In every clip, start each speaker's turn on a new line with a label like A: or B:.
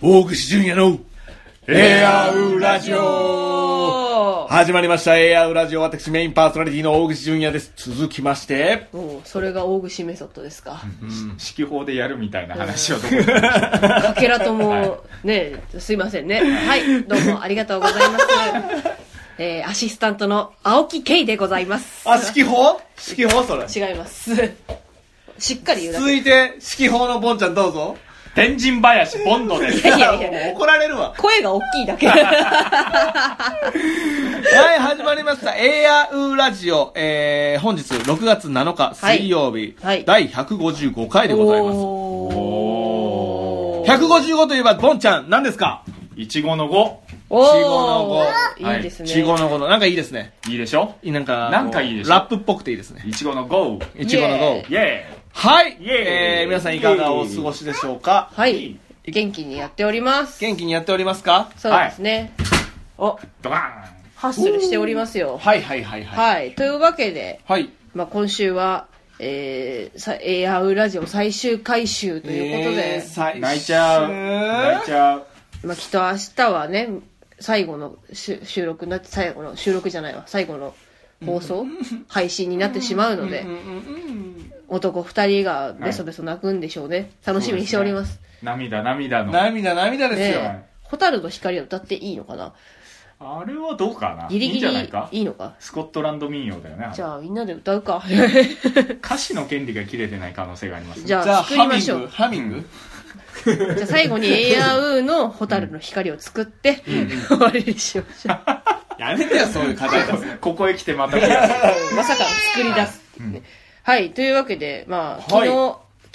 A: 大串淳也のエアウラジオ
B: お
A: 始まりましたエアウラジオ私メインパーソナリティの大串淳也です続きまして
B: ーそれが大串メソッドですか
C: 指揮法でやるみたいな話をどこか
B: かけらと もねすいませんねはいどうもありがとうござ いますえーアシスタントの青木圭でございます
A: あ指揮法指揮法それ
B: 違いますしっかり言うだけ
A: 続いて指揮法のボンちゃんどうぞ
C: 天神林ボンドです
B: いやいやいや
A: もう怒られるわ
B: 声が大きいだけ
A: はい、始まりました。エアウーラジオ。えー、本日6月7日
B: はい
A: 水曜日、
B: はい
A: 第155回でございます。
B: おー
A: 155といえば、ボンちゃん、何ですか
C: いちごの語
B: お
A: ちごの
C: 子
B: いいですね、
A: ちごのこの、なんかいいですね。
C: いいでしょ
A: いなんか、
C: なんかいいでしょ
A: ラップっぽくていいですね。
C: いちごの語
A: いちごの
B: イエ
A: こ
B: ー
C: イエ
A: はい、
C: イエーイ
A: えー、皆さんいかがお過ごしでしょうか
B: はい元気にやっております
A: 元気にやっておりますか
B: そうですね、お
C: ーイドカ
B: ハッスルしておりますよ
A: はいはいはいはい。
B: はいというわけで
A: はい。
B: まあ、今週は、えー、さエアウラジオ最終回週ということで、
C: ーン泣いちゃう泣いちゃう
B: まあ、きっと明日はね最後の収収録になって最後の収録じゃないわ最後の放送配信になってしまうので男2人がべそべそ泣くんでしょうね楽しみにしております
C: 涙涙の
A: 涙涙ですよ。
C: ね
B: え蛍と光は歌っていいのかな
C: あれはどうかな
B: ギリ
C: いいん
B: ギ
C: じ
B: リ
C: ゃないか
B: いいのか
C: スコットランド民謡だよねあれ
B: じゃあみんなで歌うか
C: 歌詞の権利が切れてない可能性があります
B: じゃ
A: じゃ
B: あ
A: あ、
B: 作
A: ハ
B: り
A: ミ
B: ま
A: ン
B: しょ
A: グ、
B: う
A: ハミング
B: じゃあ最後にエアウの蛍の光を作って 終わりにしましょう
A: やめてよ、そういう課題だ。
C: こ こへ来てまた増やす
B: まさかの作り出すっていうね、はい、というわけで、まあ、昨
A: はい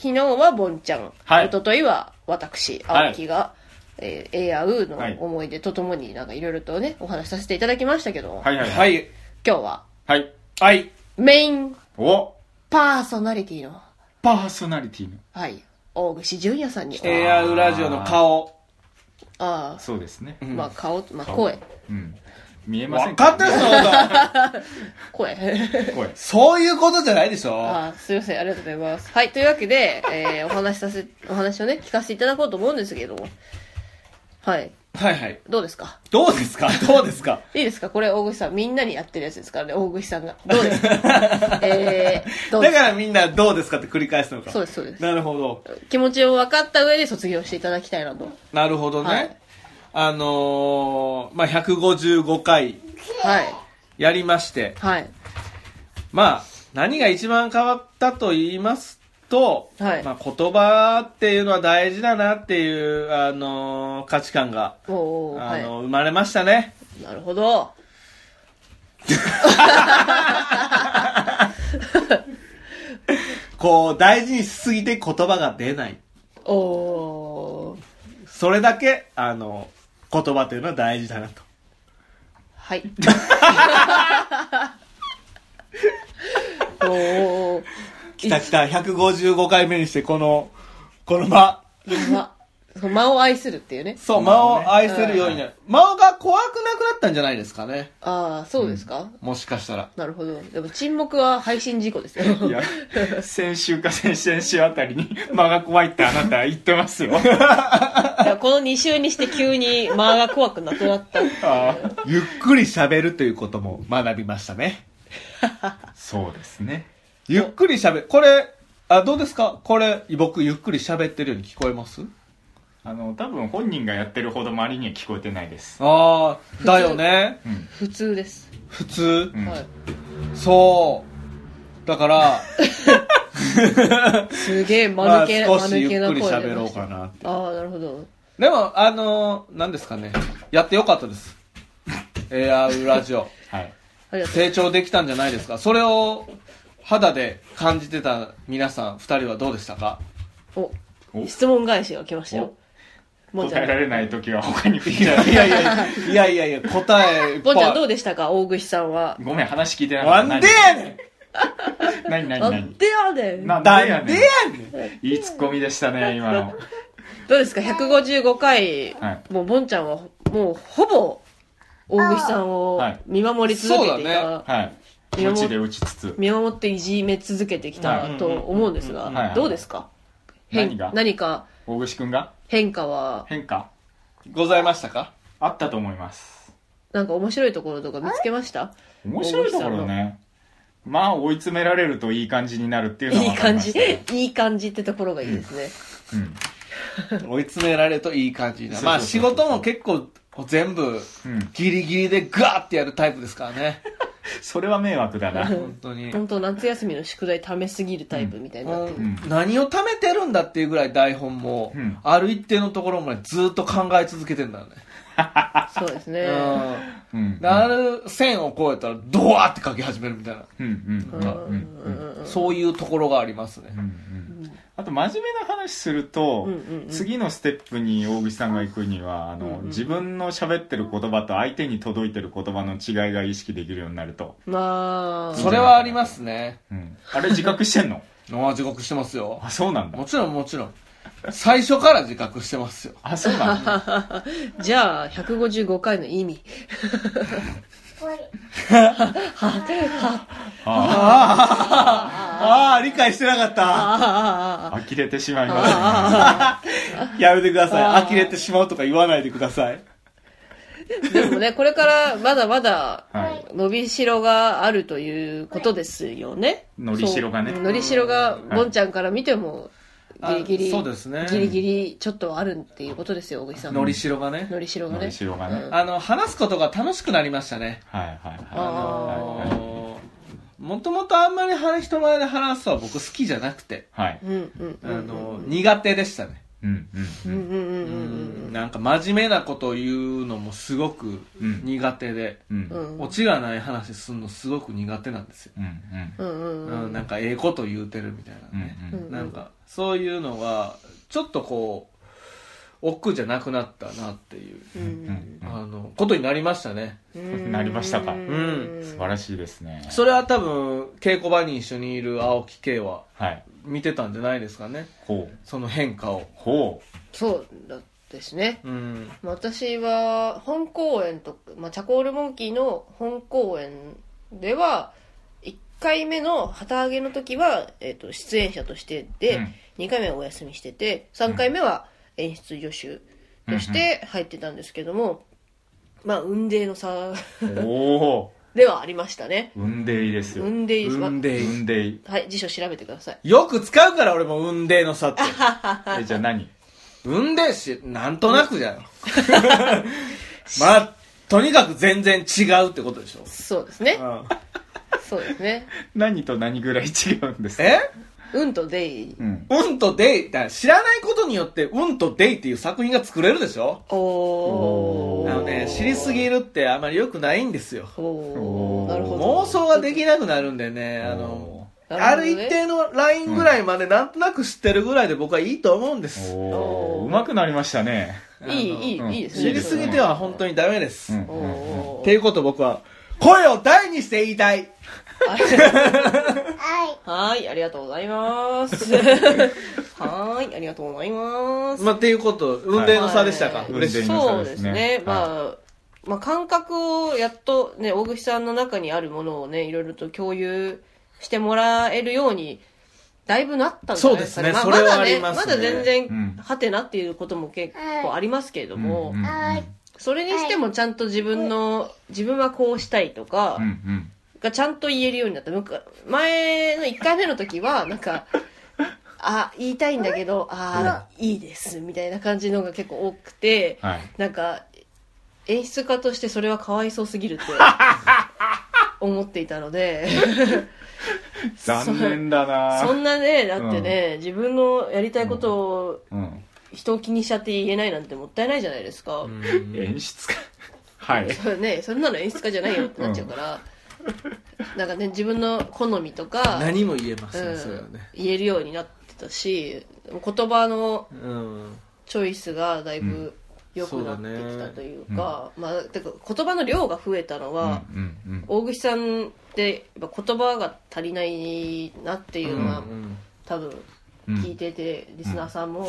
B: 日、昨日はボンちゃん、
C: はい
B: 一昨日は私、
C: はい
B: 青木が、えー、エアウーの
C: はい
B: 思い出とともになんかいろいろとね、お話しさせていただきましたけど、
C: はいはいは
A: はいい、
B: 今日は
C: はい
A: はい。
B: メイン
C: お
B: パーソナリティの、
C: パーソナリティの
B: はい、大串淳也さんに、
A: エアウラジオの顔。
B: あ
C: そうですね
B: あ、まあ顔と、まあ声、
C: うん見えませ
A: 分
C: ん
A: かってる
C: ね
A: その こと。
B: 声。
C: 声
A: そういうことじゃないでしょ。
B: ああすいません、ありがとうございます。はい、というわけで、えー、お話しさせ、お話をね、聞かせていただこうと思うんですけど、はい、
A: はいはい。
B: どうですか
A: どうですかどうですか
B: いいですかこれ大串さんみんなにやってるやつですからね大串 さんがどうですかえー、ど
A: だか
B: うですから
A: みんなどうですかって繰り返すのか。
B: そうですそうです
A: なるほど。
B: 気持ちを分かった上で卒業していただきたいなと
A: なるほどね。
B: はい
A: あのー、まあ、155回
B: はい
A: やりまして、
B: はい
A: まあ、何が一番変わったと言いますと、
B: はい
A: まあ、言葉っていうのは大事だなっていう、あのー価値観が、
B: おお
A: あ
B: は
A: のー生まれましたね。
B: いなるほど
A: こう、大事にしすぎて言葉が出ない。
B: おおー
A: それだけ、あの、言葉というのは大事だなと。
B: はい おお
A: きたきた、155回目にして、この、この間。
B: ま間を愛するっていうね
A: そう、間を愛せるようになる。間が怖くなくなったんじゃないですかね。
B: ああそうですか、
A: もしかしたら。
B: なるほどでも沈黙は配信事故ですよ
C: いや、先週か先々週あたりに 間が怖いってあなた言ってますよ。
B: いやこの2週にして急に間が怖くなくなった
C: あ
A: ゆっくり喋るということも学びましたね。
C: そうですね。
A: ゆっくり喋る。これ、あ、どうですかこれ、僕、ゆっくり喋ってるように聞こえます
C: あの、多分本人がやってるほど周りには聞こえてないです。
A: ああ、だよね。
C: うん。
B: 普通です、
A: 普通
C: う。ん
B: はい
A: そう。だから、
B: すげえ 間
A: ま
B: 抜
A: あ、
B: け、
A: 少
B: 間
A: し
B: 抜
A: ゆ
B: けな
A: っく
B: 声
A: り
B: で
A: 喋ろうかなって。
B: ああなるほど
A: でも、あのー、何ですかね。やってよかった です。エアウラジオ。
C: はい。
B: ありがとう
A: 成長できたんじゃないですか。それを肌で感じてた皆さん、二人はどうでしたか
B: お
C: お
B: 質問返しが来ましたよボンちゃ
C: 答えら
B: ん
C: れない時は他に振り返
A: いやいやいや、いやいやいや、答え、
B: ボンちゃんどうでしたか大串さんは
C: ごめん、話聞いてなか
A: な
C: った。
A: んでやね
C: 何何
B: な
C: 何
B: んでやねん
A: ん
C: 何なんで
A: な
C: や
A: んで
C: ね
A: や
C: ん
A: ねん
C: いいツッコミでしたね、今の。
B: どうですか155回、
C: はい
B: もうボンちゃんはもうほぼ大串さんを
C: はい
B: 見守り続けていた、
A: そうだ
C: はい。気持ちで打ちつつ。
B: 見守っていじめ続けてきたと思うんです
A: うんうん
C: うんうんは
B: が
C: い
B: どうですか変
C: 何が
B: 何か
C: 大串くんが
B: 変化は
C: 変化
A: ございましたか
C: あったと思います
B: なんか面白いところとか見つけました
C: 面白いところねまあ追い詰められるといい感じになるっていうのはい
B: い感
C: 分
B: じ
C: かりまし、
B: いい感じってところがいいですね。
C: たうん
A: 追い詰められるといい感じになる。まあ
C: そうそ
A: 仕
C: うそうそう
A: 事も結構こう全部
C: うん
A: ギリギリでガーってやるタイプですからね。
C: それは迷惑だな
A: 本当に。
B: 本当夏休みの宿題貯めすぎるタイプみたいになってる。
C: ん
A: 何を貯めてるんだっていうぐらい台本も
C: うん、
A: ある一定のところまでずっと考え続けてんだよね。
B: そうですね。
A: う
C: うん
A: ん。である線を越えたらドワーって書き始めるみたいな。
C: うんうん
B: う
C: うんんう
B: う
C: んん
B: う
C: うん
B: んうん
A: そういうところがありますね
C: う。んあと真面目な話すると、
B: うんうんうん
C: 次のステップに大口さんが行くにはあの、
B: うんうん
C: 自分の喋ってる言葉と相手に届いてる言葉の違いが意識できるようになると、
B: まあ、
A: それはありますね。
C: うん、あ れ自覚してんの
A: ああ、自覚してますよ。
C: あそうなんだ
A: もちろんもちろん。最初から自覚してますよ。
C: あそうなん だ
B: じゃあ、155回の意味。
C: あ
A: ああ、理解してなかった。
B: ああ、
C: あ呆れてしまいま
A: やめてくだ
B: さい呆れ
A: てしまうとか言わないでください。
B: でもね、これからまだまだ
C: すね、はい、
B: 伸びしろがあるということですよね。
C: 伸びしろがね
B: そう伸びしろが、ボンちゃんから見ても、ギリギリ、
A: そうですね。
B: ギリギリちょっとあるっていうことですよ、小木さん。
A: のりしろがね。
B: のりしろが
C: 伸
B: ね
C: び。しろがね、
B: うん
A: あの、話すことが楽しくなりましたね。
C: はいはい
A: あ
C: は
B: あー
A: のー、もともとあんまり話人前で話すのは僕好きじゃなくて、
C: いはい
B: うんうん
A: あ
B: うんうん
A: のー、苦手でしたね。
C: うんう
B: うんんうんう
A: うんんなんか真面目なことを言うのもすごく
C: うん
A: 苦手で、
C: うん
B: うんうん
A: オチがない話すんのすごく苦手なんですよ。
C: うん
B: うんうんうん
A: うんなんかええこと言うてるみたいな
C: うん
A: ね。
C: うん
A: なんかそういうのがちょっとこう億劫じゃなくなったなっていう、
B: うんうん
C: うん
A: あのことになりましたね
B: うん
C: なりましたか
A: うん
C: 素晴らしいですね
A: それは多分稽古場に一緒にいる青木圭は
C: はい
A: 見てたんじゃないですかね
C: ほう
A: その変化を
C: ほ
B: そうだですね
A: うん
B: まあ私は本公演と、まあ、チャコールモンキーの本公演では1回目の旗揚げの時は、えっと出演者として
C: う
B: で、
C: うん
B: 2回目はお休みしてて3回目は演出助手として入ってたんですけども、まあ雲泥の差
C: おお
B: ではありましたね
C: 雲泥ですよ
B: 雲泥です、まあ
A: 運泥
C: 雲泥
B: はい辞書調べてください
A: よく使うから俺も運泥の差って
C: えじゃあ何
A: 運泥しなんとなくじゃん まあとにかく全然違うってことでしょ、
B: そうですね
A: うん、
B: そうですね
C: 何と何ぐらい違うんですか
A: え
B: 運とデイ
C: うん
A: うんとデイ、だから知らないことによって、うんとデイっていう作品が作れるでしょあ
B: お
C: お
B: ー
C: ー
A: のね、知りすぎるってあまり良くないんですよ。
B: おー
C: おー
B: なるほど
A: 妄想ができなくなるんでね、あの、
B: な
A: あ
B: るほ
A: る
B: どね
A: 一定のラインぐらいまでなんとなく知ってるぐらいで僕はいいと思うんです。
C: おおうまくなりましたね
B: いいいい、
C: うん
B: いいですね
A: 知りすぎては本当にダメです。
C: う
A: っ
C: ん
B: お
C: うん
B: ー
A: ていうことを僕は、声を大にして言いたい。
B: はーいありがとうございます はーいありがとうございます
A: まあ、っていうこと、運転の差でしたか
B: は。い
A: 嬉しい。
C: 運転
B: そう
C: の差
B: で
C: ですす
B: ね
C: ね
B: まあまあ感覚をやっとね大串さんの中にあるものをねいろいろと共有してもらえるようにだいぶなったんじゃないですかね
A: そうですね
B: まあ
A: それは
B: まだ
A: ありますね
B: まだ全
C: う
B: 然
C: ん
B: はてなっていうことも結構ありますけれど
C: うん
B: も、
C: うんうん
B: それにしてもちゃんと自分の、自分はこうしたいとか
C: うん、うん
B: がちゃんと言えるようになった。むか前の1回目の時は、なんか、あ、言いたいんだけど、あー、いいです、みたいな感じのが結構多くて、
C: はい
B: なんか、演出家としてそれはかわいそうすぎるって思っていたので、
C: 残念だな
B: そんなね、だってね、自分のやりたいことを
C: うん
B: 人を気にしちゃって言えないなんてもったいないじゃないですか。
C: 演出家はい
B: そうね、そんなの演出家じゃないよってなっちゃうから、なんかね自分の好みとか、
A: 何も言えま
B: う
A: せん、それは
B: ん
A: ね。
B: 言えるようになってたし言葉の
A: うん。
B: チョイスがだいぶ良くなってきたというか、まあ、てか言葉の量が増えたのは、
C: うんうん
B: 大串さんってやっぱ言葉が足りないなっていうのは、
A: うん
B: 多分
C: うん
B: 聞いてて、リスナーさんも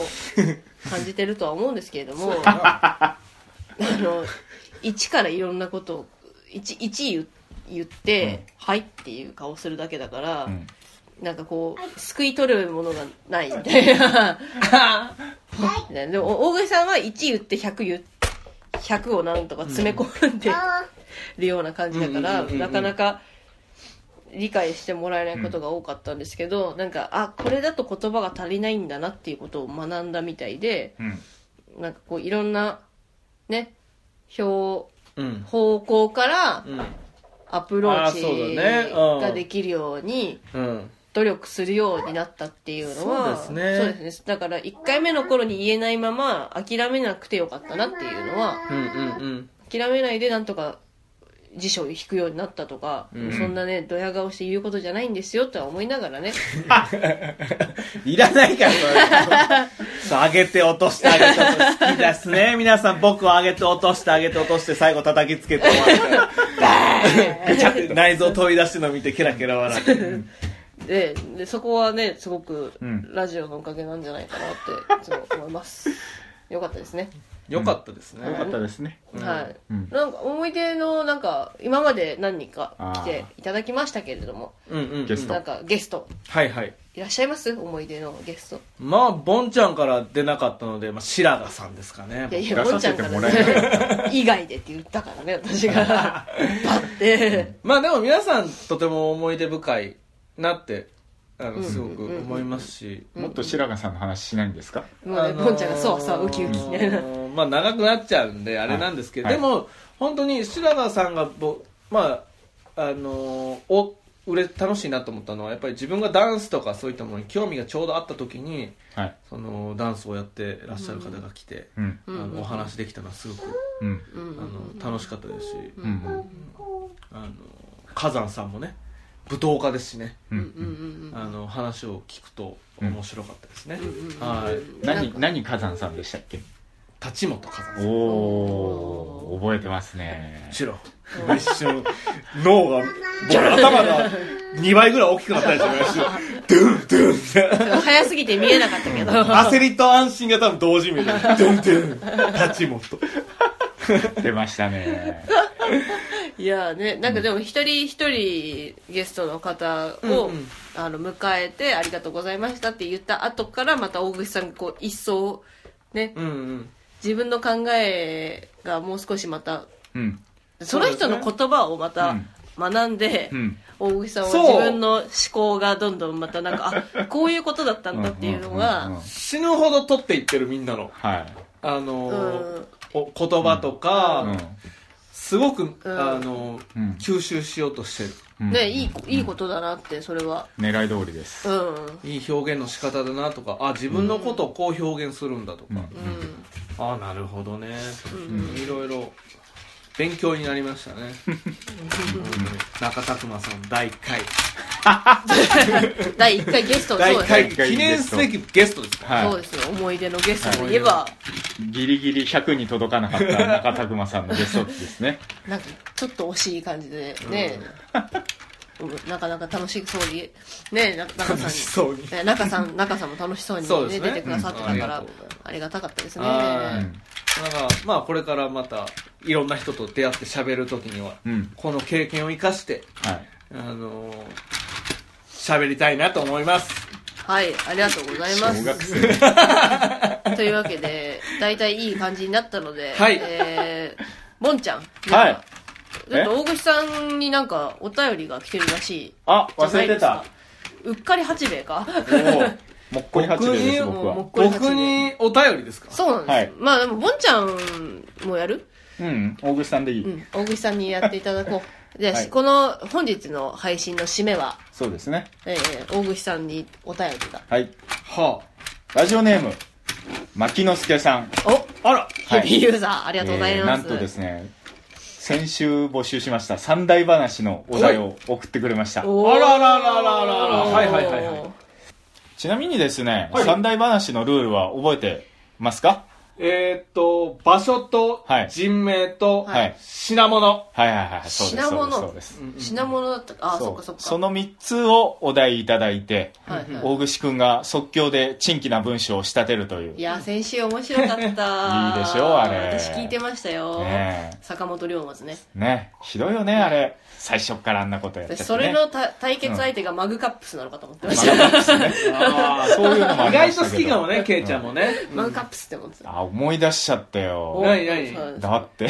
B: 感じてるとは思うんですけれども、
A: あ
B: あの一からいろんなことを一一言言って、はいっていう顔するだけだから、
C: うん
B: なんかこう救い取るものがないみたいなねでもお大栗さんは1言って100言っ100をなんとか詰め込んでるような感じだから、
A: うんうんうんうん
B: なかなか理解してもらえないことが多かったんですけど、なんかあこれだと言葉が足りないんだなっていうことを学んだみたいで
C: うん
B: なんかこういろんなね表
A: うん。
B: 方向から
A: うん。
B: アプローチ
A: あそうだねうん
B: ができるように
A: うん。
B: 努力するようになったっていうのは
A: そうですね
B: そうですねだから1回目の頃に言えないまま諦めなくてよかったなっていうのは
A: うん。うん。
B: 諦めないでなんとか辞書を引くようになったとか、
A: うん
B: そんなねドヤ顔して言うことじゃないんですよとは思いながらね
A: いらないから、それ上げて落として上げて落として。好きです ね。皆さん、僕を上げて落として上げて落として、最後叩きつけて終わるから。ガチャって内臓飛び出してるの見て、ケラケラ笑って。
B: ででそこはねすごく
C: うん
B: ラジオのおかげなんじゃないかなっていつも思いますよかったですね、
A: よかったです
C: よ
A: ね。
C: かったですね
A: うん
B: はい、
C: うん
B: なんか思い出のなんか今まで何人か来て
C: あ
B: いただきましたけれども
A: うんうんうん。
C: ゲスト
B: なんかゲスト
A: はいはい。
B: いらっしゃいます思い出のゲスト
A: まあ、ボンちゃんから出なかったので、まあ、白髪さんですかね。
B: いやい
C: 出
B: やゴン
C: さ
B: ち
C: せ
B: ゃん
C: て
B: から
C: もらえな
B: ね以外でって言ったからね私がバッて
A: まあでも皆さんとても思い出深いなってあ
B: う
A: の
B: ん
A: すごく思いますし、
C: もっと白川さんの話しないんですか
B: もうね、
A: あのー
B: ボンちゃんがそうそうウキウキみたいな、
A: まあ長くなっちゃうんであれなんですけど、
C: はい
A: でも本当に白川さんがぼまああのーお売れ楽しいなと思ったのはやっぱり自分がダンスとかそういったものに興味がちょうどあった時に
C: はい
A: そのダンスをやってらっしゃる方が来て、
C: うん
B: うん
A: あのお話できたのはすごく、
C: うん
B: うんうんうん
A: あの楽しかったですし、
C: うんうん
A: あの火山さんもね舞踏家ですしね
C: う
B: うん
C: ん
B: うんうん
A: あの話を聞くと面白かったですね、はい
B: なん
C: 何
B: か
C: 何火山さんでしたっけ
A: 立本火山さんも
C: おお覚えてますね
A: ちろん一瞬脳が僕の頭が2倍ぐらい大きくなったりしましたドゥンドゥンって
B: 早すぎて見えなかったけど
A: 焦りと安心が多分同時見でドゥンドゥン立本
C: 出ましたね
B: いやーねなんかでも一人一人ゲストの方を、
A: うんうん
B: あの迎えて「ありがとうございました」って言った後からまた大口さんがこう一層ね
A: うんうん
B: 自分の考えがもう少しまた
C: うん
B: その人の言葉をまた学んで、
C: うん
B: 大口さんは
A: そう
B: 自分の思考がどんどんまたなんかあこういうことだったんだっていう
C: ん
B: の
C: んうん
B: が
A: 死ぬほど取っていってるみんなの
C: はい
A: あ
B: う
A: のー
B: ん
A: お言葉とか、すごく、
B: ん
A: あのー
C: うん
A: 吸収しようとしてる
C: うん
B: ねいいいいことだなってそれは
C: 狙い通りです
B: うん
A: いい表現の仕方だなとかあ自分のことをこう表現するんだとか、
C: うん
B: うん
A: あなるほどね、
B: う
A: いろいろ勉強になりましたね中拓磨さん第1回
B: 第1回ゲスト
A: 第
B: そう
A: 1回
B: ですね
C: 回
A: 記念すべきゲストですか
B: そう
C: は
B: ですよ思い出のゲストといえば
C: いギリギリ100に届かなかった中拓磨さんのゲストですね
B: なんかちょっと惜しい感じでねうんなかなか楽しそうにねな中
A: 楽
B: さんに
A: しそうに
B: ね中さん中さんも楽しそうに
A: そうですね
B: ね出てくださってた
A: うん
B: か
A: ありが
B: ら
A: とうございます
B: ありがたかったですね
A: は
C: うん
A: なんかまあこれからまたいろんな人と出会って喋る時には、
C: うん
A: この経験を生かして
C: はい
A: あのー喋りたいなと思います
B: はい、ありがとうございます
C: 小。学生
B: というわけで、大体いい感じになったので、
A: はい
B: えー、ボンちゃん。
C: はい
B: なんかちょっと大口さんになんかお便りが来てるらしい。
C: あ
B: じゃ
C: 忘
B: な
C: れ
B: いで
C: て
B: す
C: た
B: か。うっかり八兵衛か
C: おうもっこり八兵衛です
A: 僕
B: に
C: 僕は
B: これ初
A: 僕にお便りですか
B: そうなんです。
C: はい
B: まあでも、ボンちゃんもやる
C: うん大口さんでいい、
B: うん、大口さんにやっていただこう。で、
C: はい
B: この本日の配信の締めは、
C: そうですね
B: えー、大口さんにお便りが。
C: はい
A: は
C: ラジオネーム牧之助さん
B: お
A: ああら
C: はい
B: ヘビーユーザー、あり
C: え
B: がとうござい
C: ー
B: ま
C: なん
B: す。
C: とですね先週募集しました三大話のお題を送ってくれました
B: おー
A: あららららららはいはいはいはい
C: ちなみにですね、
A: はい
C: 三大話のルールは覚えてますか
A: えーっと場所と
C: はい
A: 人名と
C: はい
A: 品物
C: はいはいはいそうです
B: 品
C: そう
B: 物
C: ですそうです
B: 品物だったかあそっかそっか
C: の3つをお題いただいて、
B: はいはい
C: 大串くんが即興で珍奇な文章を仕立てるという
B: いや先週面白かったいいで
C: しょあれ
B: 私聞いてましたよ、
C: ねえ
B: 坂本龍馬ですね
C: ねひどいよねあれ最初っからあんなことやっちゃって、
B: 私
C: ね、
B: それのた対決相手がマグカップスなのかと思ってま
C: ま
B: した、
C: あそういうのもあ
A: 意
C: り
A: 外
C: まし
A: と
C: た
A: 好
C: けど
A: きかもねケイちゃんもね
B: マグカップスって思ってた
C: あ思い出しちゃったよ
A: 何何
B: そうなんです
C: だって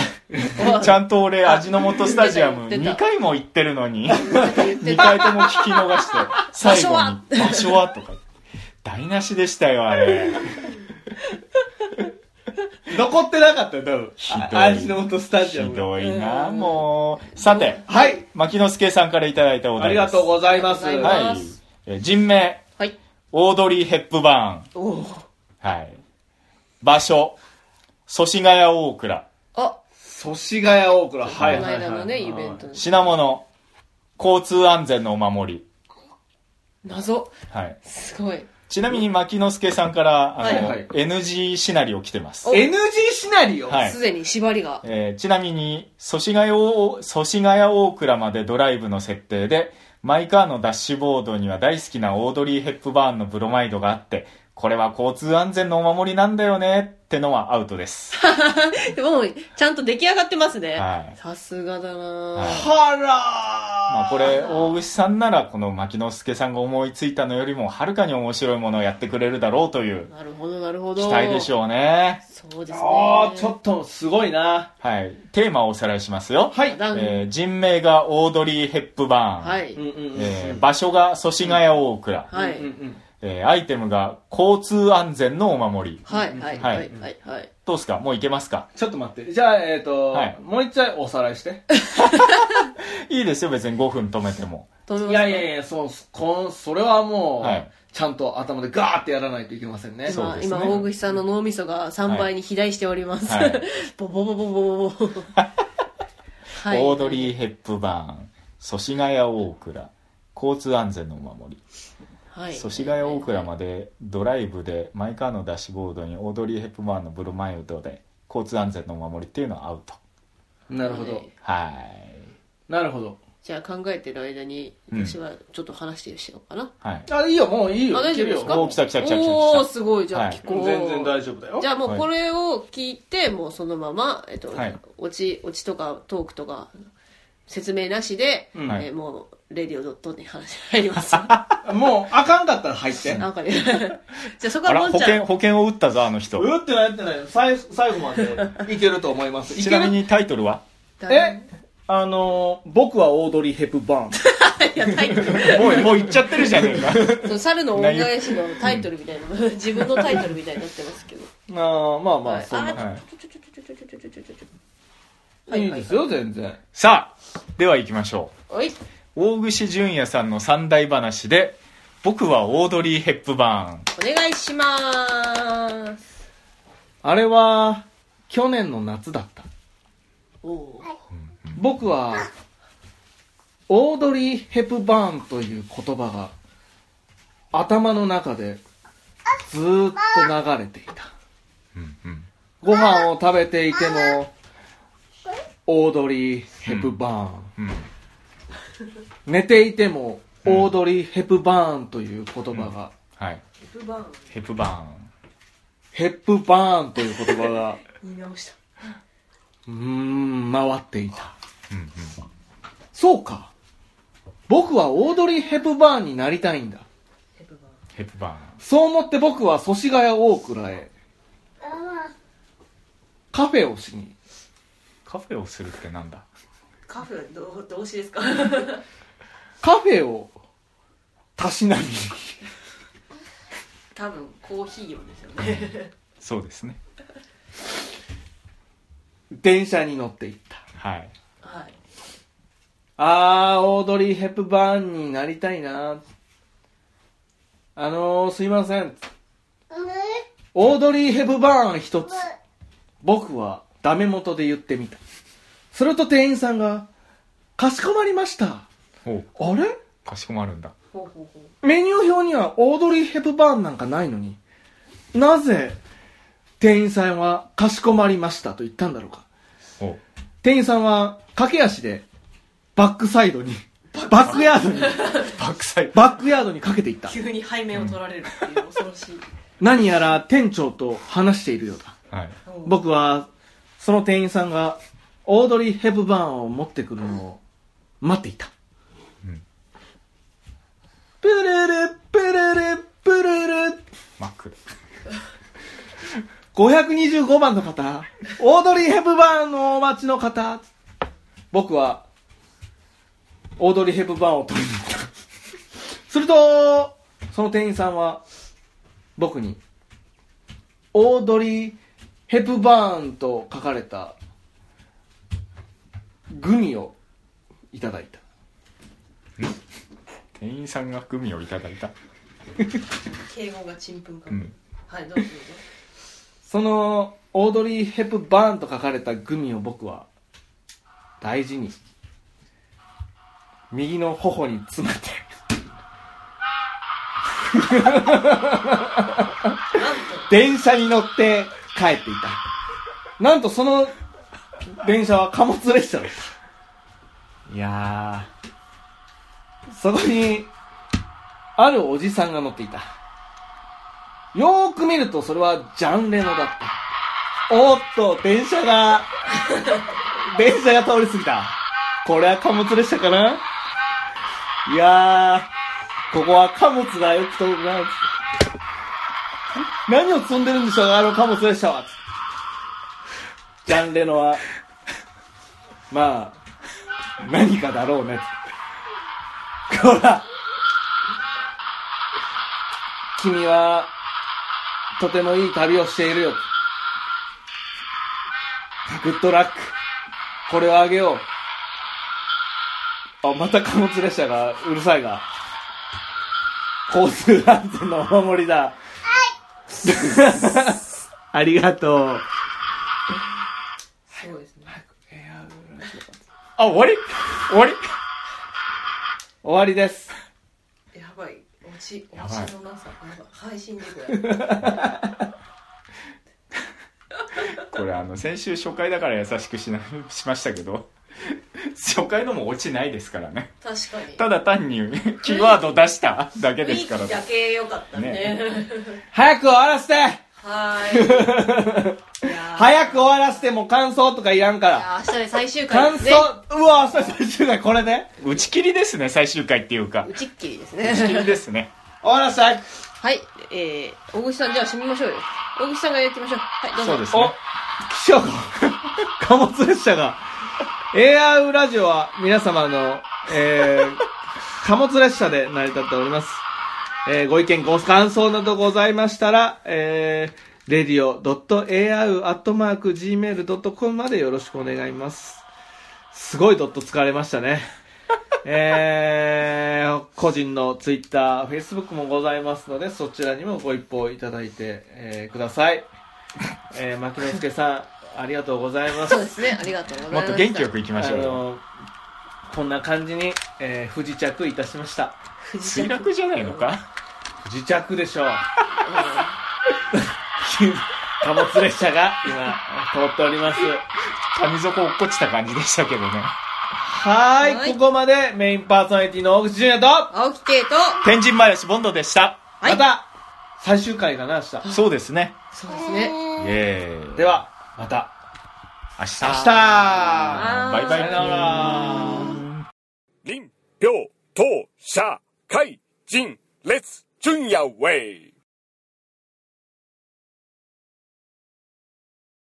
B: お
C: ちゃんと俺味の素スタジアム
B: 出た出
C: 2
B: た
C: 回も行ってるのに
B: 言って
C: 2
B: た
C: 回とも聞き逃して最後に「場所は?」とか台無しでしたよあれ
A: 残ってなかったよ多分
C: どい
A: あ味の素スタジア
C: ひ
A: ム
C: どいなもうさて
A: はい
C: 牧之助さんからいただいたお
A: あ
C: 題
A: り
C: です
A: がとうございます
B: ありがとうござい
C: はいえ人名
B: はい
C: オードリー・ヘップバーン
B: おー
C: はい場所祖師ヶ谷大倉
B: あ
A: 祖師ヶ谷大倉はい
B: この
A: はいはい
B: 間のねイベ
A: は
B: ントの
C: 品物交通安全のお守り、
B: 謎
C: はい、
B: すごい
C: ちなみに牧之助さんからあの、
A: はいはい
C: NG シナリオ来てます
B: お
A: い NG シナリオ
C: はい
B: すでに縛りが
C: えーちなみに祖師ヶ谷大祖師ヶ谷大倉までドライブの設定でマイカーのダッシュボードには大好きなオードリー・ヘップバーンのブロマイドがあってこれは交通安全のお守りなんだよねってのはアウト です、
B: でもうちゃんと出来上がってますね
C: はい
B: さすがだな
C: はい
A: はらー
C: まあ、これ大串さんならこの牧之助さんが思いついたのよりもはるかに面白いものをやってくれるだろうという
B: なるほどなるほ
C: 期
B: ど
C: 待でしょうね
B: そうですね
A: あーちょっとすごいな
C: はいテーマをおさらいしますよ、
A: はい
B: ダウン
C: えー人名がオードリー・ヘップバーン、
B: はい
A: うんうんうん
C: えー場所が祖師ヶ谷大倉、
B: は
A: うんう
B: い
A: ん
C: えーアイテムが交通安全のお守り。
B: はいはい
C: は
B: はいいはいはい
C: どうすかもういけますか
A: ちょっと待ってじゃあえっと
C: はい
A: もう一回おさらいして
C: いいですよ、別に5分止めても。
B: 止めますか
A: いやいやいや、そう、こん、それはもう、
C: はい
A: ちゃんと頭でガーってやらないといけませんね。
C: そう
B: 今、
C: ですね
B: 今大串さんの脳みそが3倍に肥大しております、
C: はい
B: ボボボボボボボ は
C: オードリー・ヘップバーン、祖師ヶ谷大倉、交通安全のお守り。
B: はい
C: 祖師ヶ谷大倉までドライブで、マイカーのダッシュボードにオードリー・ヘップバーンのブロマイドで、交通安全のお守りっていうのはアウト。
A: なるほど。
B: はい
C: はい。
A: なるほど。
B: じゃあ考えてる間に
C: うん
B: 私はちょっと話してしようかな、
C: はい。
A: あ、いいよ、もういいよ。
B: あ大丈夫ですか
C: おー来た来た来た来た来た
B: おーすごいじゃあ
C: はい
B: 聞こう、
A: 全然大丈夫だよ。
B: じゃあもうこれを聞いて、もうそのまま、えっと、
C: はい
B: オチ、オチとかトークとか、説明なしで、
A: うん
C: はい
B: えーもう、レディオドットに話入 ります。
A: もう、あかんかったら入って。
B: なんかね。 じゃあそこ
C: あ
B: は
C: ら、
B: もん
C: 保
B: ちゃん
C: 険、。保険を打ったぞ、あの人。
A: うってなってないよ。最、最後までいけると思います。い
C: ち
A: け
C: なみ
A: る
C: にタイトルは
A: えあのー、僕はオードリー・ヘプバー
B: いやタイトル
C: もう、もう言っちゃってるじゃねえか。
B: その猿の恩返しのタイトルみたいな、自分のタイトルみたいになってますけど。
A: ン。あーまあま
B: は
A: あ、
B: い
A: そんな。
C: はい
B: あちょちょちょちょちょちょちょちょちょちはい
A: いいですよ、全然。
C: さあ、では行きましょう。
B: ょ。はい。
C: 大串純也さんの三大話で「僕はオードリー・ヘップバーン
B: お願いしまーす。
A: あれは、去年の夏だった。
B: おお。
A: 僕は、オードリー・ヘプバーンという言葉が、頭の中で、ずーっと流れていた。」ご飯を食べていても、オードリー・ヘプバーン。寝ていても、オードリー・ヘプバーンという言葉が、
C: はい
B: ヘプバーン
C: ヘップバーン
A: ヘプバーンという言葉が、
B: 言い直した。
A: うーん、回っていた。
C: うんうん
A: そうか。僕はオードリー・ヘプバーンになりたいんだ。
B: ヘプバーン。
C: ヘップバ
A: そう思って僕は祖師ヶ谷大倉へカフェをしに
C: ーンカフェをするってなんだ
B: カフェ、どう、動詞ですか
A: カフェをたしなみに
B: 多分、コーヒーをですよね。
C: そうですね
A: 電車に乗っていった
C: はい
B: はい。
A: あーオードリー・ヘップバーンになりたいなあのー、すいませんオードリー・ヘップバーン一つ僕はダメ元で言ってみたすると店員さんが「かしこまりました」
C: おう
A: あれ
C: かしこまるんだ
B: ほうほうほう。
A: メニュー表にはオードリー・ヘプバーンなんかないのに、なぜ店員さんはかしこまりましたと言ったんだろうか。
C: おう
A: 店員さんは駆け足でバックサイドに、バックヤードに、
C: バックサイド
A: バックヤードにかけていった。
B: 急に背面を取られるっていう恐ろしい。
A: 何やら店長と話しているようだ。
C: はい
A: 僕は、その店員さんがオードリー・ヘプバーンを持ってくるのを待っていた。
C: うん
A: プルル、プルル、プルル。
C: マック
A: 525番の方、オードリー・ヘプバーンのお待ちの方、僕は、オードリー・ヘプバーンを取りに行った。すると、その店員さんは、僕に、オードリー・ヘプバーンと書かれた、グミをいただいた。
C: 店員さんがグミをいただいた
D: 敬語がちんぷんか
C: う
D: も、
C: ん
D: はいどうぞどうぞ
A: そのオードリー・ヘプバーンと書かれたグミを僕は大事に右の頬に詰めて
D: なん
A: 電車に乗って帰っていたなんとその電車は貨物列車だっ
C: いや
A: たそこにあるおじさんが乗っていたよーく見るとそれはジャンレノだったおーっと電車 が電車が通り過ぎたこれは貨物列車かないやー、ここは貨物がよく飛ぶな。何を積んでるんでしょうあの貨物列車は。ジャンレノは、まあ、何かだろうね。こら、君は、とてもいい旅をしているよ。タクットラック、これをあげよう。あ、また貨物列車がうるさいが。交通安全のお守りだ。はい。 ありがとう。
D: とそうですね
C: あ終わり終わり
A: 終わりです。
D: やばい落ち
C: や
D: 落
C: ばい
D: ちのなさやばい配信でぐらい
C: これあの先週初回だから優しくしな しましたけど初回のも落ちないですからね
D: 確かに
C: ただ単にキーワード出しただけですか
D: 雰
C: ら
D: 囲気だけ良かったね
C: ね
A: 早く終わらせて
D: は ーいいやー
A: 早く終わらせてもう感想とかいらんか
B: い
A: ら。
B: や明日で最終回
A: 感
B: です
A: 想、
B: ね。
A: うわ、明日最終回これで
C: 打ち切りですね最終回っていうか
B: 打ちっきりです
C: 打ち切り
B: ね。
C: ですね
A: 終わらせて早く
B: はい。えー、大口さん、じゃあ締めましょうよ。大口さんがやってみましょう。はい、ど
C: そ
B: うぞ。
C: うです
A: お
C: ね、
A: 気象が、 貨物列車が、AR ラジオは皆様の、えー、貨物列車で成り立っております。えー、ご意見、ご感想などございましたら、えー、radio.ar.gmail.com までよろしくお願います。すごいドット疲れました ね。えー、個人のツイッター、フェイスブックもございますので、そちらにもご一報いただいて、えーください。えー、牧之助さん、ありがとうございます
B: そう。ですね。ありがとうござい
C: も
B: ま
C: っ
B: す。
C: と元気よくいき
A: あ
C: ましょうよ
A: の、こんな感じに、えー不時着いたしました。
C: 墜落じゃないのか
A: 不時着でしょう。 貨物列車が今、通っております。
C: 谷底落っこちた感じでしたけどね
A: はーい、
B: はい
A: ここまでメインパーソナリティの大口純也と、
B: 青木圭と、
C: 天神林ボンドでした
B: はい
A: また、最終回がな、明
C: そうですね
B: そうですね。
C: イエーイ
A: 日。では、また。
C: 明日
A: 明日
C: バイバ
A: さ
C: イ
A: よなら
E: 林、彪、党、社、会、人、列、春夜ウェイ。